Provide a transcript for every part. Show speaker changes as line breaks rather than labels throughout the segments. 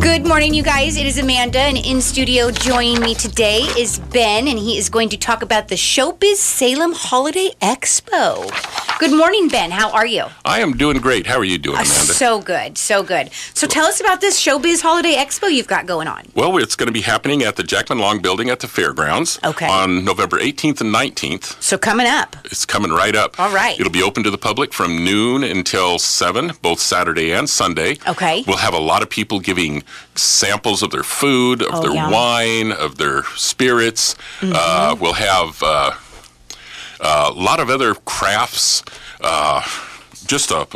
Good morning, you guys. It is Amanda, and in studio joining me today is Ben, and he is going to talk about the Showbiz Salem Holiday Expo. Good morning, Ben. How are you?
I am doing great. How are you doing, Amanda?
So good, so good. So tell us about this Showbiz Holiday Expo you've got going on.
well, it's going to be happening at the Jackman Long Building at the fairgrounds
Okay.
on November 18th and 19th.
So coming up.
It's coming right up.
All right.
It'll be open to the public from noon until 7, both Saturday and Sunday.
Okay.
We'll have a lot of people giving samples of their food, of
Oh,
their
yum. Mm-hmm.
wine, of their spirits. Uh, we'll have uh, a lot of other crafts. Uh, just a,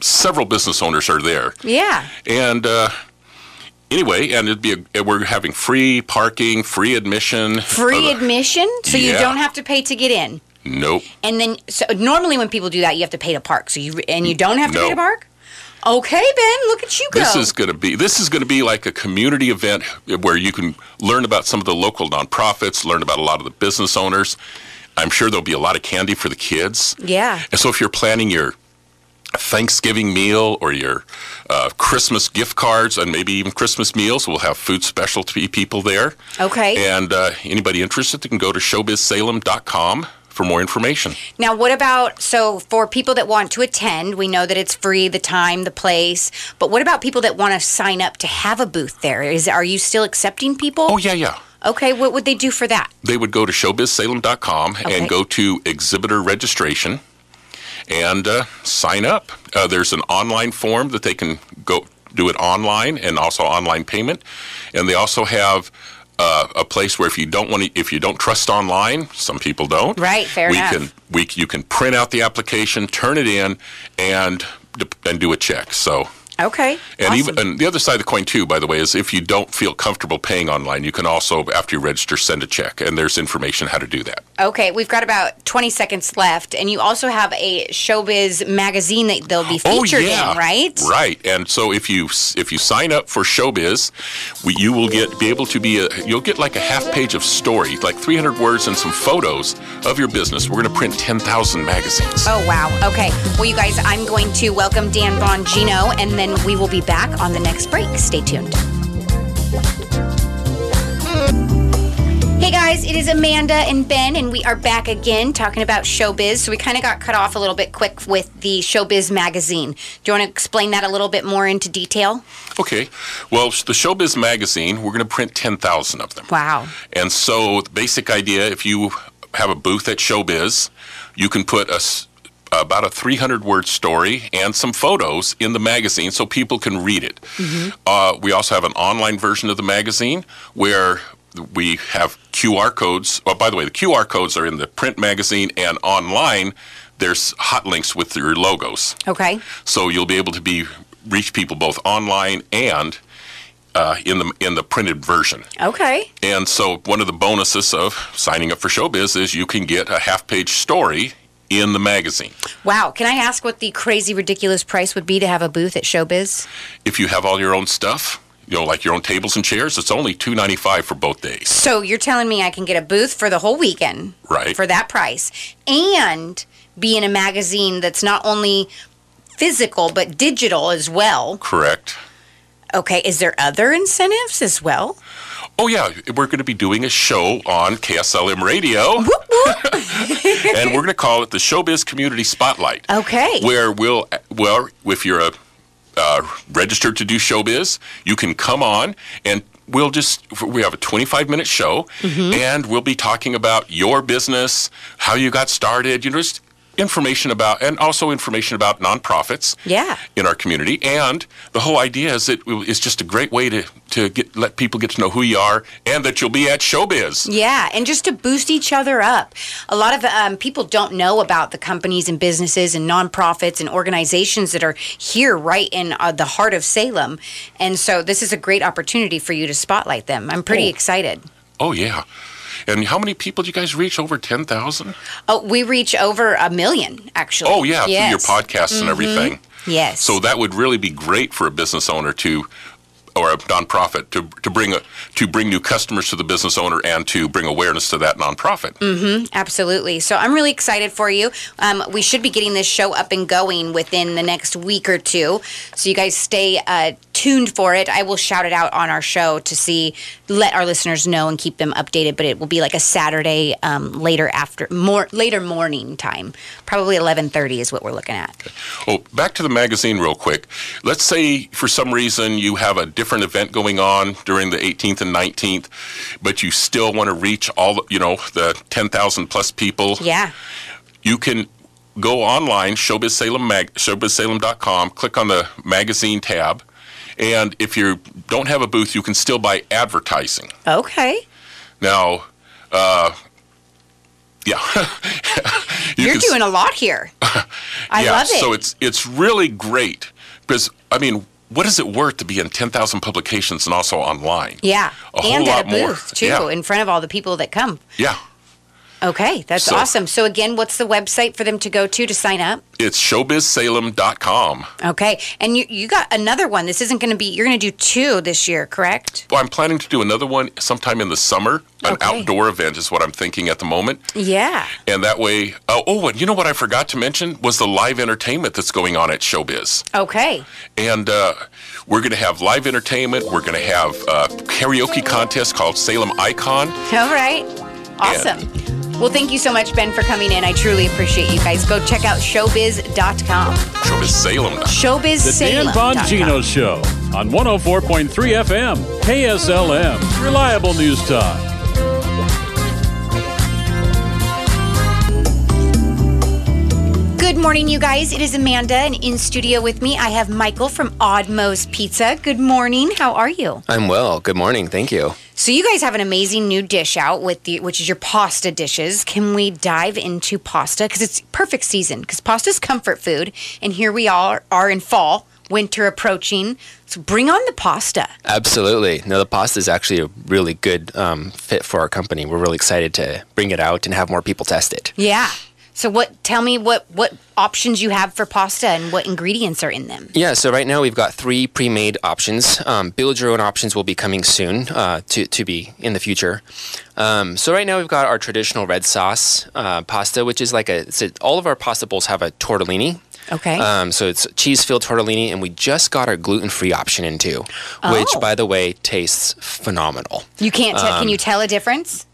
several business owners are there.
Yeah.
And uh, anyway, and it'd be a, we're having free parking, free admission.
Free
Uh,
admission, so you
yeah.
don't have to pay to get in.
Nope.
And then, so normally when people do that, you have to pay to park. So you and you don't have to
No.
pay to park. Okay, Ben, look at you go.
This is going to be this is going to be like a community event where you can learn about some of the local nonprofits, learn about a lot of the business owners. I'm sure there'll be a lot of candy for the kids.
yeah.
And so if you're planning your Thanksgiving meal or your uh, Christmas gift cards and maybe even Christmas meals, we'll have food specialty people there.
Okay.
And uh, anybody interested they can go to showbizsalem.com for more information.
Now, what about so for people that want to attend? We know that it's free, the time, the place. But what about people that want to sign up to have a booth there? Is are you still accepting people?
Oh, yeah, yeah.
Okay, what would they do for that?
They would go to showbizsalem.com
Okay.
and go to exhibitor registration and uh, sign up. Uh, there's an online form that they can go do it online and also online payment. And they also have uh, a place where if you don't want to, if you don't trust online, some people don't.
Right, fair
we
enough.
Can, we you can print out the application, turn it in, and and do a check. So
Okay, awesome.
And even and the other side of the coin too, by the way, is if you don't feel comfortable paying online, you can also, after you register, send a check, and there's information how to do that.
okay, we've got about twenty seconds left, and you also have a showbiz magazine that they'll be
Oh,
featured in, right?
Right. And so if you if you sign up for Showbiz, we, you will get be able to be a, you'll get like a half page of story, like 300 words and some photos of your business. We're going to print 10,000 magazines.
Oh wow. Okay. Well, you guys, I'm going to welcome Dan Bongino, and then we will be back on the next break. Stay tuned. Hey guys, it is Amanda and Ben, and we are back again talking about showbiz. So we kind of got cut off a little bit quick with the showbiz magazine. Do you want to explain that a little bit more into detail?
Okay. Well, the Showbiz magazine, we're going to print 10,000 of them.
Wow.
And so the basic idea, if you have a booth at Showbiz, you can put a s about a 300 word story and some photos in the magazine so people can read it. Uh, we also have an online version of the magazine where we have QR codes. Well, by the way, the QR codes are in the print magazine and online. There's hot links with your logos.
Okay.
So you'll be able to be reach people both online and uh, in the in the printed version.
Okay.
And so one of the bonuses of signing up for Showbiz is you can get a half-page story in the magazine.
Wow. Can I ask what the crazy, ridiculous price would be to have a booth at showbiz?
If you have all your own stuff, you know, like your own tables and chairs, it's only two ninety-five for both days.
So you're telling me I can get a booth for the whole weekend
Right.
for that price and be in a magazine that's not only physical but digital as well.
Correct.
Okay, is there other incentives as well?
Oh yeah, we're going to be doing a show on KSLM Radio, and we're going to call it the Showbiz Community Spotlight.
Okay.
where we'll well if you're a uh, registered to do showbiz you can come on and we'll just we have a 25 minute show
Mm-hmm.
and we'll be talking about your business how you got started you know just information about and also information about nonprofits
Yeah.
in our community and the whole idea is that it's just a great way to to get let people get to know who you are and that you'll be at showbiz
Yeah, and just to boost each other up. A lot of um, people don't know about the companies and businesses and nonprofits and organizations that are here right in uh, the heart of Salem. And so this is a great opportunity for you to spotlight them. I'm pretty
Cool.
excited.
oh yeah and how many people do you guys reach over 10,000
Oh, we reach over a million, actually.
oh yeah through your
Yes. Mm-hmm.
podcasts and everything
Yes.
So that would really be great for a business owner to, or a nonprofit to to bring a, to bring new customers to the business owner and to bring awareness to that nonprofit.
Absolutely. So I'm really excited for you. Um, we should be getting this show up and going within the next week or two. So you guys stay uh, tuned. tuned for it. I will shout it out on our show to see, let our listeners know and keep them updated. But it will be like a Saturday um, later after more later morning time, probably eleven thirty is what we're looking at.
Oh, back to the magazine real quick. Let's say for some reason you have a different event going on during the 18th and 19th, but you still want to reach all, the- you know, the 10,000 plus people.
Yeah,
You can go online, Showbiz Salem mag, showbizsalem.com, click on the magazine tab, and if you don't have a booth, you can still buy advertising.
okay.
Now, uh, yeah, you
You are
can s-
doing a lot here. I
yeah,
love it.
So it's it's really great because I mean, what is it worth to be in ten thousand publications and also online?
yeah,
a whole
and at
lot
a booth
more.
too,
Yeah.
in front of all the people that come.
Yeah,
Okay, that's
So-
awesome. So again, what's the website for them to go to to sign up?
it's showbizsalem.com.
Okay, and you you got another one. This isn't going to be. You're going to do two this year, correct?
Well, I'm planning to do another one sometime in the summer. An
Okay.
outdoor event is what I'm thinking at the moment.
Yeah.
And that way, oh, oh, and you know what I forgot to mention was the live entertainment that's going on at Showbiz.
Okay.
And uh, we're going to have live entertainment. We're going to have a karaoke contest called Salem Icon.
All right. Awesome. Well, thank you so much, Ben, for coming in. I truly appreciate you guys. Go check out showbiz.com.
Showbiz Salem.
Showbiz
The Dan Bongino Show on 104.3 FM, KSLM, Reliable News Talk.
Good morning, you guys. It is Amanda, and in studio with me, I have Michael from Oddmo's Pizza. Good morning. How are you?
I'm well. Good morning. Thank you.
So, you guys have an amazing new dish out with the, which is your pasta dishes. Can we dive into pasta because it's perfect season? Because pasta's comfort food, and here we are are in fall, winter approaching. So, bring on the pasta.
Absolutely. No, the pasta is actually a really good um, fit for our company. We're really excited to bring it out and have more people test it.
Yeah. So what tell me what what options you have for pasta and what ingredients are in them.
Yeah, so right now we've got three pre-made options. Um, build your own options will be coming soon uh, to, to be in the future. Um, so right now we've got our traditional red sauce uh, pasta, which is like a, it's a- all of our pasta bowls have a tortellini.
Okay.
Um, so it's cheese-filled tortellini, and we just got our gluten-free option in too, which,
Oh.
by the way, tastes phenomenal.
you can't tell can you tell a difference?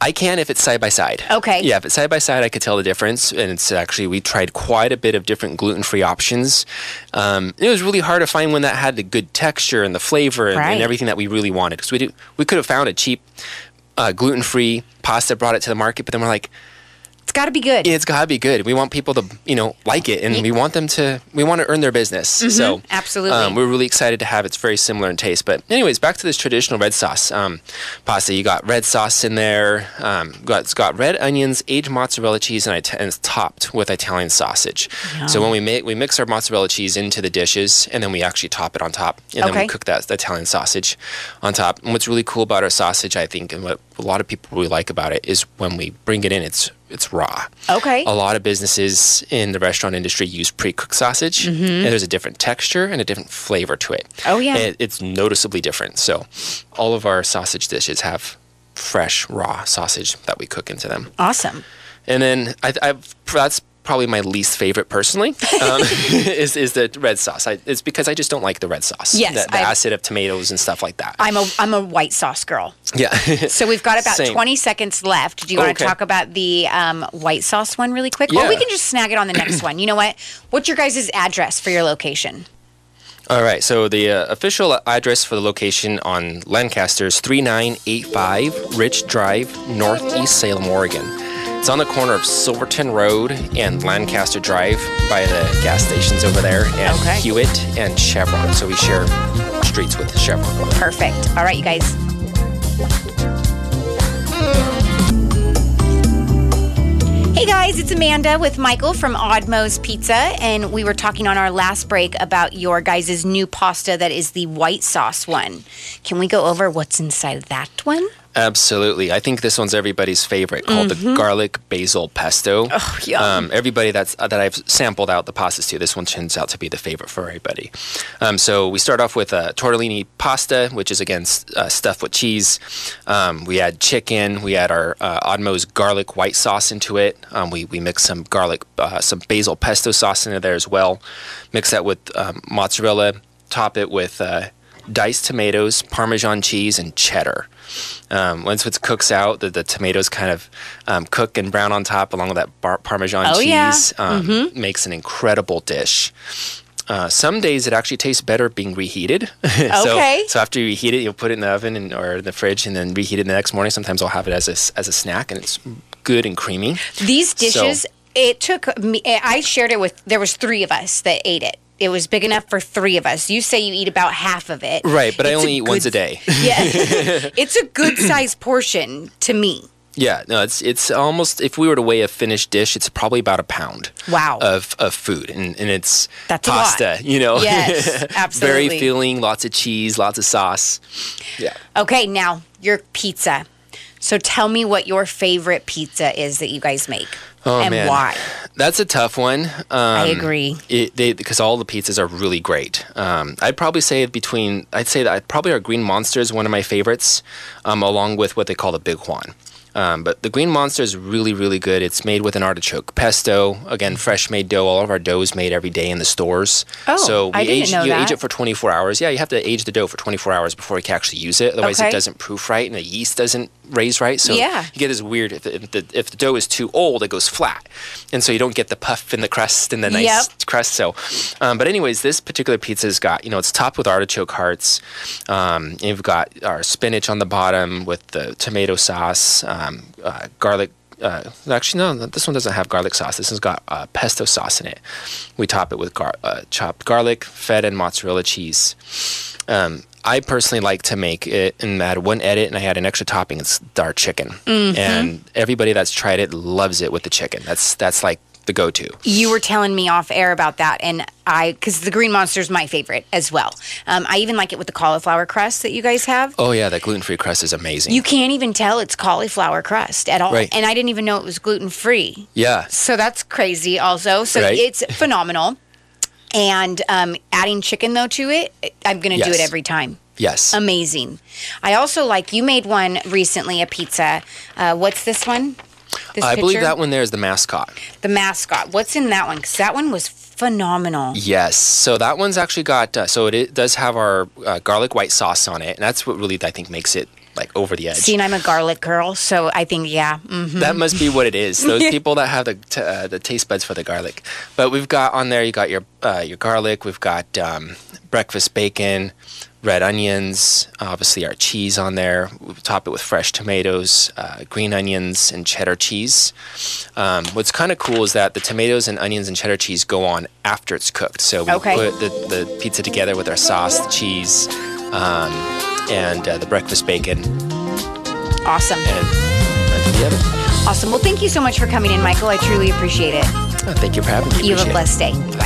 I can if it's side by side.
Okay.
Yeah, if it's side by side, I could tell the difference. And it's actually, we tried quite a bit of different gluten free options. Um, it was really hard to find one that had the good texture and the flavor and,
Right.
and everything that we really wanted. Because we, do- we could have found a cheap uh, gluten free pasta, brought it to the market, but then we're like,
It's got to be good.
it's got to be good. We want people to, you know, like it and we want them to, we want to earn their business. So,
Mm-hmm. absolutely.
Um, we're really excited to have it's very similar in taste. But, anyways, back to this traditional red sauce um, pasta. You got red sauce in there, um, got, it's got red onions, aged mozzarella cheese, and, Ita- and it's topped with Italian sausage. So, when we make, we mix our mozzarella cheese into the dishes and then we actually top it on top. And then
Okay.
we cook that Italian sausage on top. And what's really cool about our sausage, I think, and what a lot of people really like about it is when we bring it in, it's it's raw.
Okay.
A lot of businesses in the restaurant industry use pre-cooked sausage, and there's a different texture and a different flavor to it.
Mm-hmm. Oh, yeah.
It- it's noticeably different. So, all of our sausage dishes have fresh raw sausage that we cook into them.
Awesome.
And then I, I that's probably my least favorite personally um, is is the red sauce. I, it's because I just don't like the red sauce.
Yes,
the, the
I-
acid of tomatoes and stuff like that.
I'm a I'm a white sauce girl.
yeah.
So we've got about
Same.
20 seconds left. Do you want to
Okay.
talk about the um, white sauce one really quick? Or
Yeah.
we can just snag it on the next one. You know what? What's your guys' address for your location?
All right, so the uh, official address for the location on Lancaster is 3985 Rich Drive, Northeast Salem, Oregon. It's on the corner of Silverton Road and Lancaster Drive by the gas stations over there, and
Okay.
Hewitt and Chevron. So we share streets with Chevron.
Perfect. All right, you guys. Hey guys, it's Amanda with Michael from Oddmo's Pizza, and we were talking on our last break about your guys' new pasta that is the white sauce one. Can we go over what's inside that one?
Absolutely. I think this one's everybody's favorite called the garlic basil pesto. Oh,
Mm-hmm. yum.
Um, everybody that's uh, that I've sampled out the pastas to, this one turns out to be the favorite for everybody. Um, so we start off with uh, tortellini pasta, which is again s- uh, stuffed with cheese. Um, we add chicken. We add our uh, Odmo's garlic white sauce into it. Um, we, we mix some garlic, uh, some basil pesto sauce into there as well. Mix that with um, mozzarella top it with uh, diced tomatoes, Parmesan cheese, and cheddar. Um, once it cooks out, the, the tomatoes kind of um, cook and brown on top, along with that bar- Parmesan
Oh, yeah. Mm-hmm.
cheese. Um, Makes an incredible dish. Uh, some days it actually tastes better being reheated. so,
Okay.
so after you reheat it, you'll put it in the oven and, or in the fridge, and then reheat it the next morning. Sometimes I'll have it as a, s- as a snack, and it's good and creamy.
These
So-
dishes, it took me. I shared it with. There was three of us that ate it. It was big enough for three of us. You say you eat about half of it,
Right, but I
It's
only eat once a
good-
day.
Yeah, it's a good sized portion to me.
Yeah, no, it's it's almost if we were to weigh a finished dish, it's probably about a pound.
Wow.
Of of food, and and it's
That's a lot.
pasta, you know.
Yes, absolutely.
Very filling, lots of cheese, lots of sauce. Yeah.
Okay, now your pizza. So tell me what your favorite pizza is that you guys make
Oh,
and
man.
why.
That's a tough one. Um,
I agree.
It, they, because all the pizzas are really great. Um, I'd probably say between, I'd say that I'd probably our Green Monster is one of my favorites, um, along with what they call the Big Juan. Um, but the Green Monster is really, really good. It's made with an artichoke pesto. Again, fresh made dough. All of our dough is made every day in the stores.
Oh,
so we
I didn't
age,
know
you age
that.
it for 24 hours. Yeah, you have to age the dough for 24 hours before you can actually use it. Otherwise,
Okay.
it doesn't proof right, and the yeast doesn't raise right. So
Yeah.
you get this weird if the, if the if the dough is too old, it goes flat, and so you don't get the puff in the crust and the nice
Yep.
crust. So, um, but anyways, this particular pizza's got you know it's topped with artichoke hearts. Um, you've got our spinach on the bottom with the tomato sauce, um, uh, garlic. Uh, actually, no, this one doesn't have garlic sauce. This one's got uh, pesto sauce in it. We top it with gar- uh, chopped garlic, feta, and mozzarella cheese. Um, I personally like to make it and add one edit, and I had an extra topping. It's our chicken,
Mm-hmm.
and everybody that's tried it loves it with the chicken. That's that's like the go-to.
You were telling me off air about that, and I, because the Green Monster is my favorite as well. Um, I even like it with the cauliflower crust that you guys have.
Oh yeah, that gluten-free crust is amazing.
You can't even tell it's cauliflower crust at all.
Right.
And I didn't even know it was gluten free.
yeah,
So that's crazy, also. So
Right.
it's phenomenal. And um, adding chicken, though, to it, I'm going to do
Yes.
it every time.
yes.
Um, Amazing. I also like, you made one recently, a pizza. Uh, what's this one? This
I believe
picture?
that one there is the mascot.
The mascot. What's in that one? Because that one was phenomenal.
Yes. So that one's actually got uh, so it, it does have our uh, garlic white sauce on it, and that's what really I think makes it like over the edge.
See, and I'm a garlic girl, so I think, yeah. Mm.
That must be what it is. Those people that have the t- uh, the taste buds for the garlic. But we've got on there. You got your uh, your garlic. We've got um, breakfast bacon, red onions. Obviously, our cheese on there. We top it with fresh tomatoes, uh, green onions, and cheddar cheese. Um, what's kind of cool is that the tomatoes and onions and cheddar cheese go on after it's cooked. So we
Okay.
put the, the pizza together with our sauce, the cheese, um, and uh, the breakfast bacon,
Awesome.
and uh, the oven.
Awesome. Well, thank you so much for coming in, Michael. I truly appreciate it.
Oh, Thank you for having me.
You have
Appreciate
a
it.
blessed day.